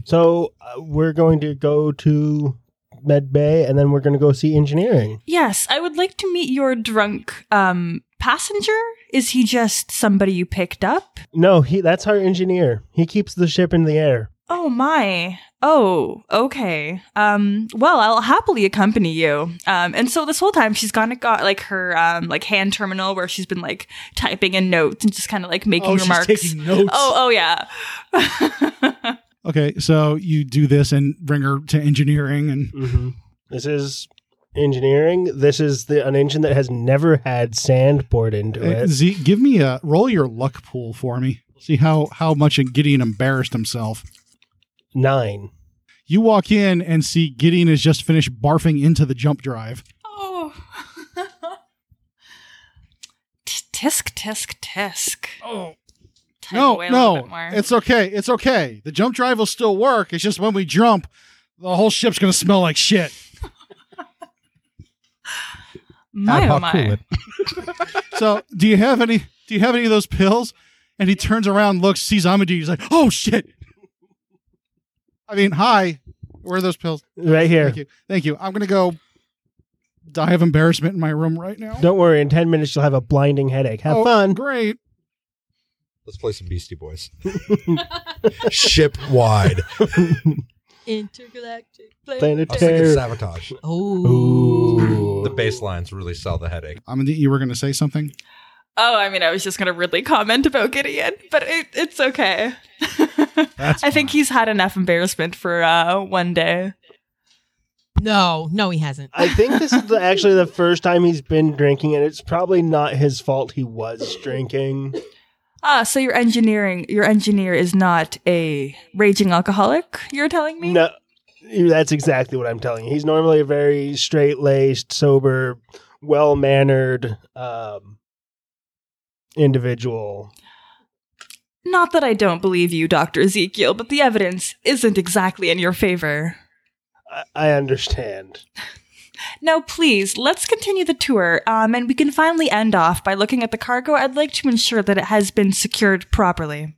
Speaker 5: So uh, we're going to go to Med Bay, and then we're going to go see engineering.
Speaker 9: Yes, I would like to meet your drunk um, passenger. Is he just somebody you picked up?
Speaker 5: No, he. That's our engineer. He keeps the ship in the air.
Speaker 9: Oh my. Oh, okay. Um, well, I'll happily accompany you. Um, and so this whole time she's gone and got like her um like hand terminal where she's been like typing in notes and just kind of like making
Speaker 3: oh,
Speaker 9: remarks.
Speaker 3: she's taking notes.
Speaker 9: oh, oh yeah.
Speaker 3: Okay, so you do this and bring her to engineering and
Speaker 5: Mm-hmm. This is engineering. This is the an engine that has never had sand poured into
Speaker 3: Uh,
Speaker 5: it.
Speaker 3: Zeke, give me a roll your luck pool for me. See how how much Gideon embarrassed himself.
Speaker 5: Nine.
Speaker 3: You walk in and see Gideon has just finished barfing into the jump drive.
Speaker 9: Oh. T- tisk tisk tisk. Oh. Type
Speaker 3: no,
Speaker 9: away a little
Speaker 3: no,
Speaker 9: bit more.
Speaker 3: it's okay, it's okay. The jump drive will still work. It's just when we jump, the whole ship's gonna smell like shit.
Speaker 9: my oh
Speaker 10: Alcohol
Speaker 9: my.
Speaker 10: coolant.
Speaker 3: So, do you have any? Do you have any of those pills? And he turns around, looks, sees Amadou. He's like, "Oh shit!" I mean, hi. Where are those pills?
Speaker 5: Right here.
Speaker 3: Thank you. Thank you. I'm gonna go die of embarrassment in my room right now.
Speaker 5: Don't worry. In ten minutes, you'll have a blinding headache. Have
Speaker 3: Oh,
Speaker 5: fun.
Speaker 3: Great.
Speaker 4: Let's play some Beastie Boys. Ship wide.
Speaker 2: Intergalactic
Speaker 4: I was thinking
Speaker 5: Planetary.
Speaker 4: sabotage.
Speaker 2: Oh.
Speaker 4: The bass lines really sell the headache.
Speaker 3: Amanda, you were gonna say something.
Speaker 9: Oh, I mean, I was just going to really comment about Gideon, but it, it's okay.
Speaker 3: That's
Speaker 9: I think
Speaker 3: fine.
Speaker 9: he's had enough embarrassment for uh, one day.
Speaker 2: No, no, he hasn't.
Speaker 5: I think this is the, actually the first time he's been drinking, and it's probably not his fault he was drinking.
Speaker 9: Ah, so your engineering, your engineer is not a raging alcoholic. You're telling me?
Speaker 5: No, that's exactly what I'm telling you. He's normally a very straight laced, sober, well mannered um, individual.
Speaker 9: Not that I don't believe you, Doctor Ezekiel, but the evidence isn't exactly in your favor.
Speaker 5: I- I understand.
Speaker 9: Now, please, let's continue the tour, um, and we can finally end off by looking at the cargo. I'd like to ensure that it has been secured properly.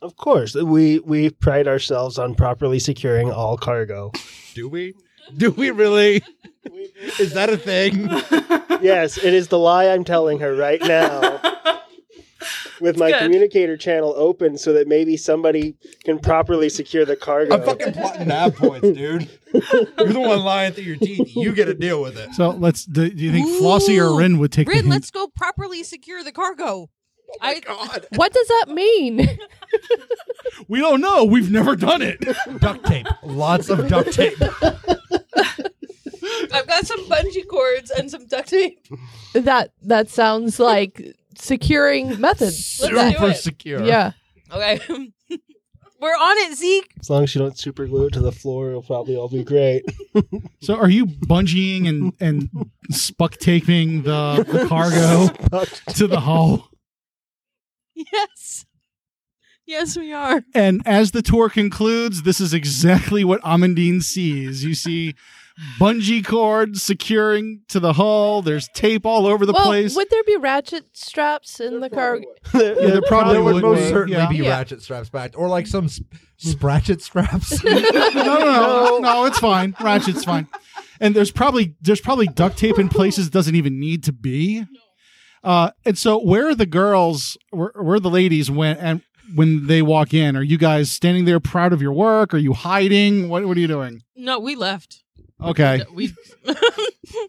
Speaker 5: Of course, we we pride ourselves on properly securing all cargo.
Speaker 4: Do we? Do we really? Is that a thing?
Speaker 5: yes, it is the lie I'm telling her right now. With my
Speaker 9: good.
Speaker 5: communicator channel open, so that maybe somebody can properly secure the cargo.
Speaker 4: I'm fucking plotting that points, dude. You're the one lying through your teeth. You get to deal with it.
Speaker 3: So let's. Do, do you think Flossie or Rin would take the
Speaker 11: Rin,
Speaker 3: hint?
Speaker 11: let's go properly secure the cargo. I, God.
Speaker 7: What does that mean?
Speaker 3: We don't know. We've never done it.
Speaker 10: Duct tape. Lots of duct tape.
Speaker 11: I've got some bungee cords and some duct tape.
Speaker 7: that that sounds like securing methods.
Speaker 11: Let's do
Speaker 10: Super
Speaker 11: it.
Speaker 10: secure.
Speaker 7: Yeah.
Speaker 11: Okay. We're on it, Zeke.
Speaker 5: As long as you don't super glue it to the floor, it'll probably all be great.
Speaker 3: So are you bungeeing and and spuck taping the, the cargo to the hull?
Speaker 11: Yes. Yes, we are.
Speaker 3: And as the tour concludes, this is exactly what Amandine sees. You see bungee cords securing to the hull. There's tape all over the
Speaker 7: well,
Speaker 3: place.
Speaker 7: would there be ratchet straps in the cargo?
Speaker 3: yeah, there probably
Speaker 4: there would
Speaker 3: would
Speaker 4: most
Speaker 3: be,
Speaker 4: certainly
Speaker 3: yeah.
Speaker 4: be
Speaker 7: Yeah.
Speaker 4: ratchet straps back, or like some sp- spratchet straps.
Speaker 3: no, no, no, no. It's fine. Ratchet's fine. And there's probably there's probably duct tape in places it doesn't even need to be. Uh, and so where are the girls? Where, where are the ladies when and when they walk in? Are you guys standing there proud of your work? Are you hiding? What What are you doing?
Speaker 2: No, we left.
Speaker 3: Okay.
Speaker 2: We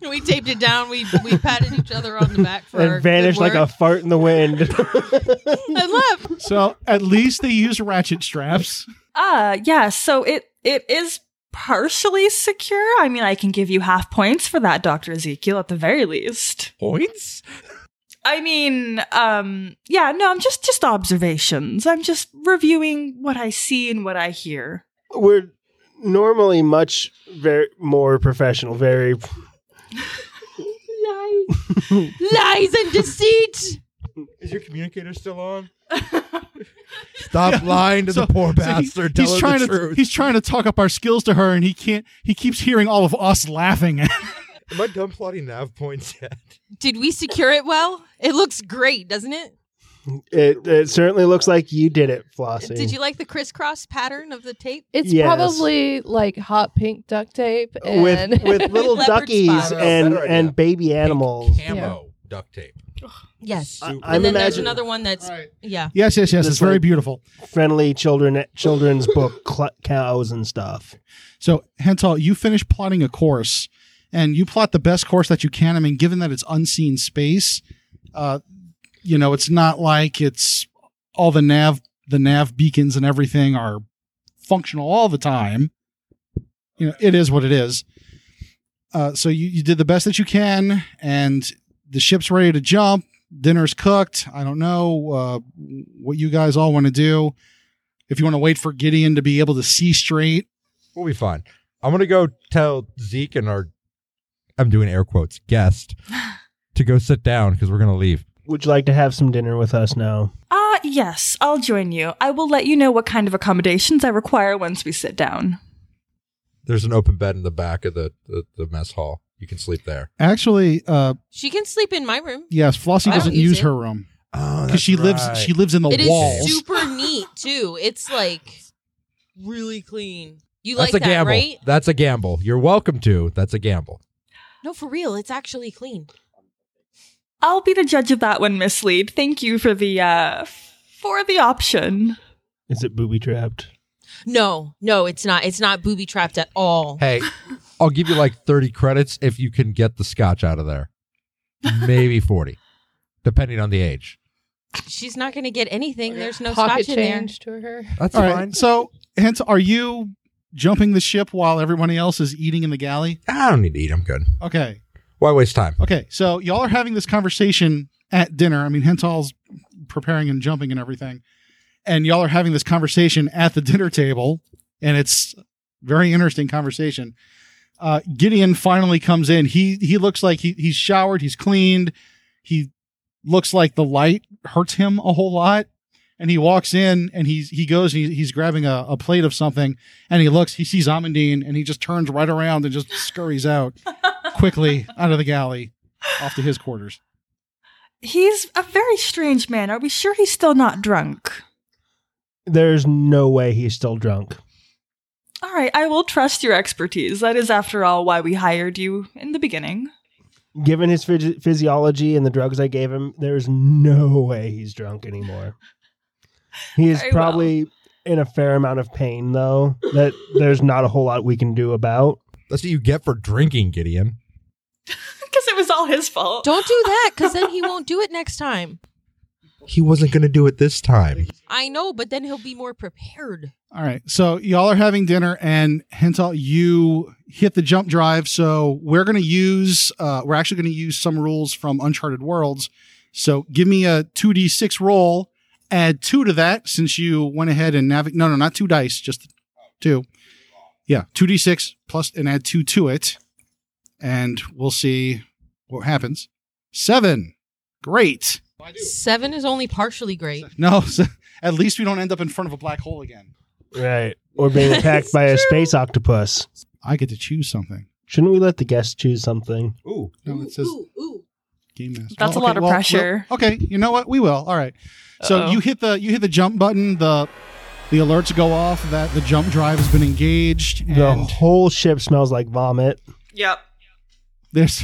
Speaker 2: we taped it down. We we patted each other on the back for our
Speaker 5: and
Speaker 2: good
Speaker 5: vanish like a
Speaker 2: work
Speaker 5: fart in the wind.
Speaker 2: and left.
Speaker 3: So at least they use ratchet straps.
Speaker 9: Uh, yeah, so it it is partially secure. I mean, I can give you half points for that, Dr. Ezekiel, at the very least.
Speaker 4: Points?
Speaker 9: I mean, um, yeah, no, I'm just just observations. I'm just reviewing what I see and what I hear.
Speaker 5: We're normally much very more professional, very
Speaker 11: Lies. Lies and deceit.
Speaker 10: Is your communicator still on? Stop lying to
Speaker 3: So-
Speaker 10: the poor
Speaker 3: so he-
Speaker 10: bastard. Tell
Speaker 3: he's
Speaker 10: her
Speaker 3: trying
Speaker 10: the
Speaker 3: to
Speaker 10: truth.
Speaker 3: he's trying to talk up our skills to her, and he can't. He keeps hearing all of us laughing. at
Speaker 10: Am I done plotting nav points yet?
Speaker 11: Did we secure it well? It looks great, doesn't it?
Speaker 5: It, it certainly looks like you did it, Flossie.
Speaker 11: Did you like the crisscross pattern of the tape?
Speaker 7: It's
Speaker 5: Yes.
Speaker 7: probably like hot pink duct tape and
Speaker 5: with with little
Speaker 11: Leopard
Speaker 5: duckies
Speaker 11: spots.
Speaker 5: and
Speaker 4: Better idea.
Speaker 5: and baby animals?
Speaker 4: Pink camo duct tape.
Speaker 11: Yes.
Speaker 5: I-
Speaker 4: Super.
Speaker 5: I'm
Speaker 2: and then there's
Speaker 5: imagining-
Speaker 2: another one that's yeah.
Speaker 3: Yes, yes, yes.
Speaker 5: This
Speaker 3: It's very
Speaker 5: like-
Speaker 3: beautiful.
Speaker 5: Friendly children children's book cl- cows and stuff.
Speaker 3: So, Hental, you finish plotting a course, and you plot the best course that you can. I mean, given that it's unseen space, uh, you know, it's not like it's all the nav the nav beacons and everything are functional all the time. You know, it is what it is. Uh, so you, you did the best that you can, and the ship's ready to jump. Dinner's cooked. I don't know uh, what you guys all want to do. If you want to wait for Gideon to be able to see straight,
Speaker 10: We'll be fine. I'm gonna go tell Zeke and our I'm doing air quotes guest to go sit down because we're gonna leave.
Speaker 5: Would you like to have some dinner with us now?
Speaker 9: Uh, yes, I'll join you. I will let you know what kind of accommodations I require once we sit down.
Speaker 4: There's an open bed in the back of the, the, the mess hall. You can sleep there.
Speaker 3: Actually, uh,
Speaker 11: She can sleep in my room.
Speaker 3: yes, Flossie
Speaker 11: I don't
Speaker 3: doesn't
Speaker 11: use
Speaker 3: use
Speaker 11: it.
Speaker 3: her room
Speaker 10: Oh,
Speaker 3: because she lives she lives in the
Speaker 11: It is
Speaker 3: walls.
Speaker 11: super neat too. It's like really clean. You
Speaker 10: That's
Speaker 11: like
Speaker 10: a
Speaker 11: that,
Speaker 10: gamble.
Speaker 11: right?
Speaker 10: That's a gamble. You're welcome to. That's a gamble.
Speaker 11: No, for real. It's actually clean.
Speaker 9: I'll be the judge of that one, Miss Lead. Thank you for the uh for the option.
Speaker 5: Is it booby trapped?
Speaker 11: No, no, it's not. It's not booby trapped at all.
Speaker 10: Hey, I'll give you like 30 credits if you can get the scotch out of there. Maybe 40, depending on the age.
Speaker 11: She's not going to get anything. There's no
Speaker 7: pocket
Speaker 11: scotch in there.
Speaker 7: change to her.
Speaker 10: That's
Speaker 3: All right,
Speaker 10: fine.
Speaker 3: so hence, are you jumping the ship while everyone else is eating in the galley?
Speaker 4: I don't need to eat. I'm good.
Speaker 3: Okay,
Speaker 4: Why waste time?
Speaker 3: okay. So y'all are having this conversation at dinner. I mean, Hental's preparing and jumping and everything, and y'all are having this conversation at the dinner table, and it's very interesting conversation. Uh, Gideon finally comes in. He he looks like he he's showered. He's cleaned. He looks like the light hurts him a whole lot, and he walks in and he's he goes and he, he's grabbing a, a plate of something and he looks he sees Amandine and he just turns right around and just scurries out quickly out of the galley off to his quarters.
Speaker 12: He's a very strange man. Are we sure he's still not drunk?
Speaker 5: There's no way he's still drunk.
Speaker 12: All right, I will trust your expertise. That is, after all, why we hired you in the beginning.
Speaker 5: Given his phys- physiology and the drugs I gave him, there's no way he's drunk anymore. He is
Speaker 12: Very well.
Speaker 5: probably in a fair amount of pain, though, that there's not a whole lot we can do about.
Speaker 4: That's what you get for drinking, Gideon.
Speaker 12: Because it was all his fault.
Speaker 2: Don't do that, because then he won't do it next time.
Speaker 4: He wasn't going to do it this time.
Speaker 2: I know, but then he'll be more prepared.
Speaker 3: All right. So y'all are having dinner and Hental, you hit the jump drive. So we're gonna use uh we're actually gonna use some rules from Uncharted Worlds. So give me a two D six roll, add two to that since you went ahead and navigate no no not two dice, just two. Yeah, two D six plus and add two to it. And we'll see what happens. Seven. Great.
Speaker 2: Seven is only partially great.
Speaker 3: No, so at least we don't end up in front of a black hole again.
Speaker 5: Right. Or being attacked by a space octopus.
Speaker 3: I get to choose something.
Speaker 5: Shouldn't we let the guests choose something?
Speaker 4: Ooh.
Speaker 3: No, it says Game Master.
Speaker 12: That's a lot of pressure.
Speaker 3: we'll- okay, you know what? We will. All right. So
Speaker 12: Uh-oh.
Speaker 3: you hit the you hit the jump button. The the alerts go off that the jump drive has been engaged, and
Speaker 5: The whole ship smells like vomit.
Speaker 12: Yep.
Speaker 3: there's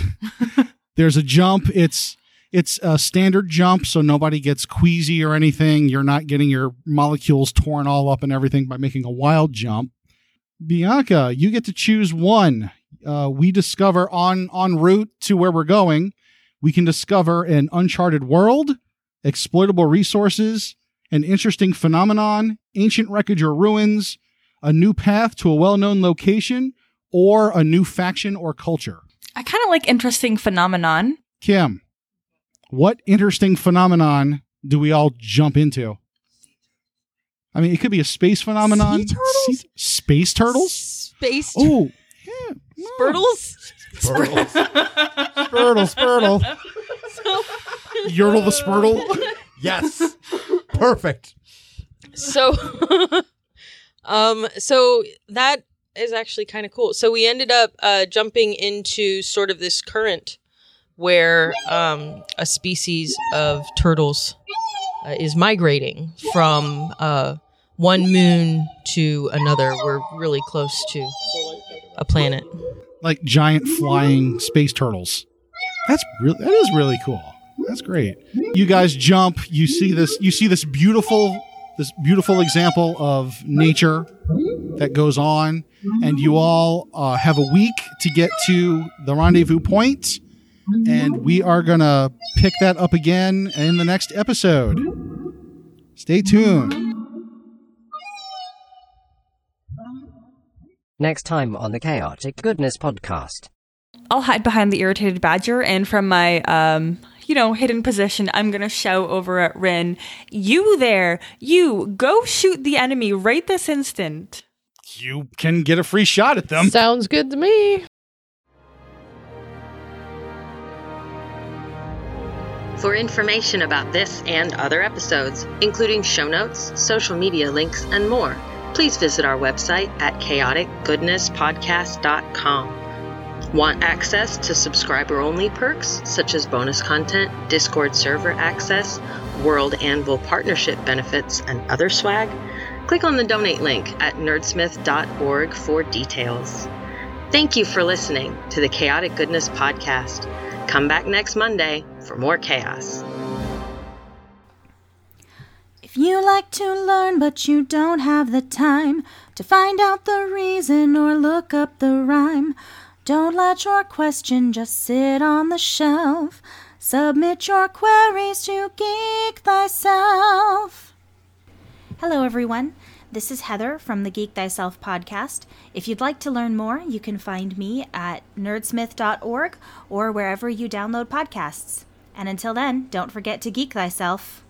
Speaker 3: there's a jump. It's it's a standard jump, so nobody gets queasy or anything. You're not getting your molecules torn all up and everything by making a wild jump. Bianca, you get to choose one. Uh, we discover on en route to where we're going, we can discover an uncharted world, exploitable resources, an interesting phenomenon, ancient wreckage or ruins, a new path to a well-known location, or a new faction or culture.
Speaker 12: I kind of like interesting phenomenon.
Speaker 3: Kim, what interesting phenomenon do we all jump into? I mean, it could be a space phenomenon.
Speaker 2: Sea turtles?
Speaker 3: Sea- space turtles?
Speaker 2: Space
Speaker 3: Oh,
Speaker 2: turtles.
Speaker 4: Spurtles.
Speaker 3: spurtle, spurtle.
Speaker 2: So,
Speaker 3: Yertle the spurtle.
Speaker 4: yes. Perfect.
Speaker 2: so, um, so that is actually kind of cool. So we ended up uh, jumping into sort of this current where um, a species of turtles uh, is migrating from uh, one moon to another. We're really close to a planet.
Speaker 3: Like giant flying space turtles. That's really that is really cool. That's great. You guys jump, you see this you see this beautiful this beautiful example of nature that goes on and you all uh, have a week to get to the rendezvous point and we are gonna pick that up again in the next episode stay tuned
Speaker 6: Next time on the Chaotic Goodness Podcast.
Speaker 12: I'll hide behind the irritated badger, and from my um, you know, hidden position, I'm gonna shout over at Rin, "You there! You go shoot the enemy right this instant!"
Speaker 3: you can get a free shot at them
Speaker 13: Sounds good to me.
Speaker 1: For information about this and other episodes, including show notes, social media links, and more, please visit our website at chaoticgoodnesspodcast.com. Want access to subscriber only perks such as bonus content, Discord server access, World Anvil partnership benefits, and other swag? Click on the donate link at nerdsmith.org for details. Thank you for listening to the Chaotic Goodness Podcast. Come back next Monday for more chaos.
Speaker 9: If you like to learn but you don't have the time to find out the reason or look up the rhyme, don't let your question just sit on the shelf. Submit your queries to Geek Thyself. Hello, everyone. This is Heather from the Geek Thyself podcast. If you'd like to learn more, you can find me at nerdsmith.org or wherever you download podcasts. And until then, don't forget to geek thyself.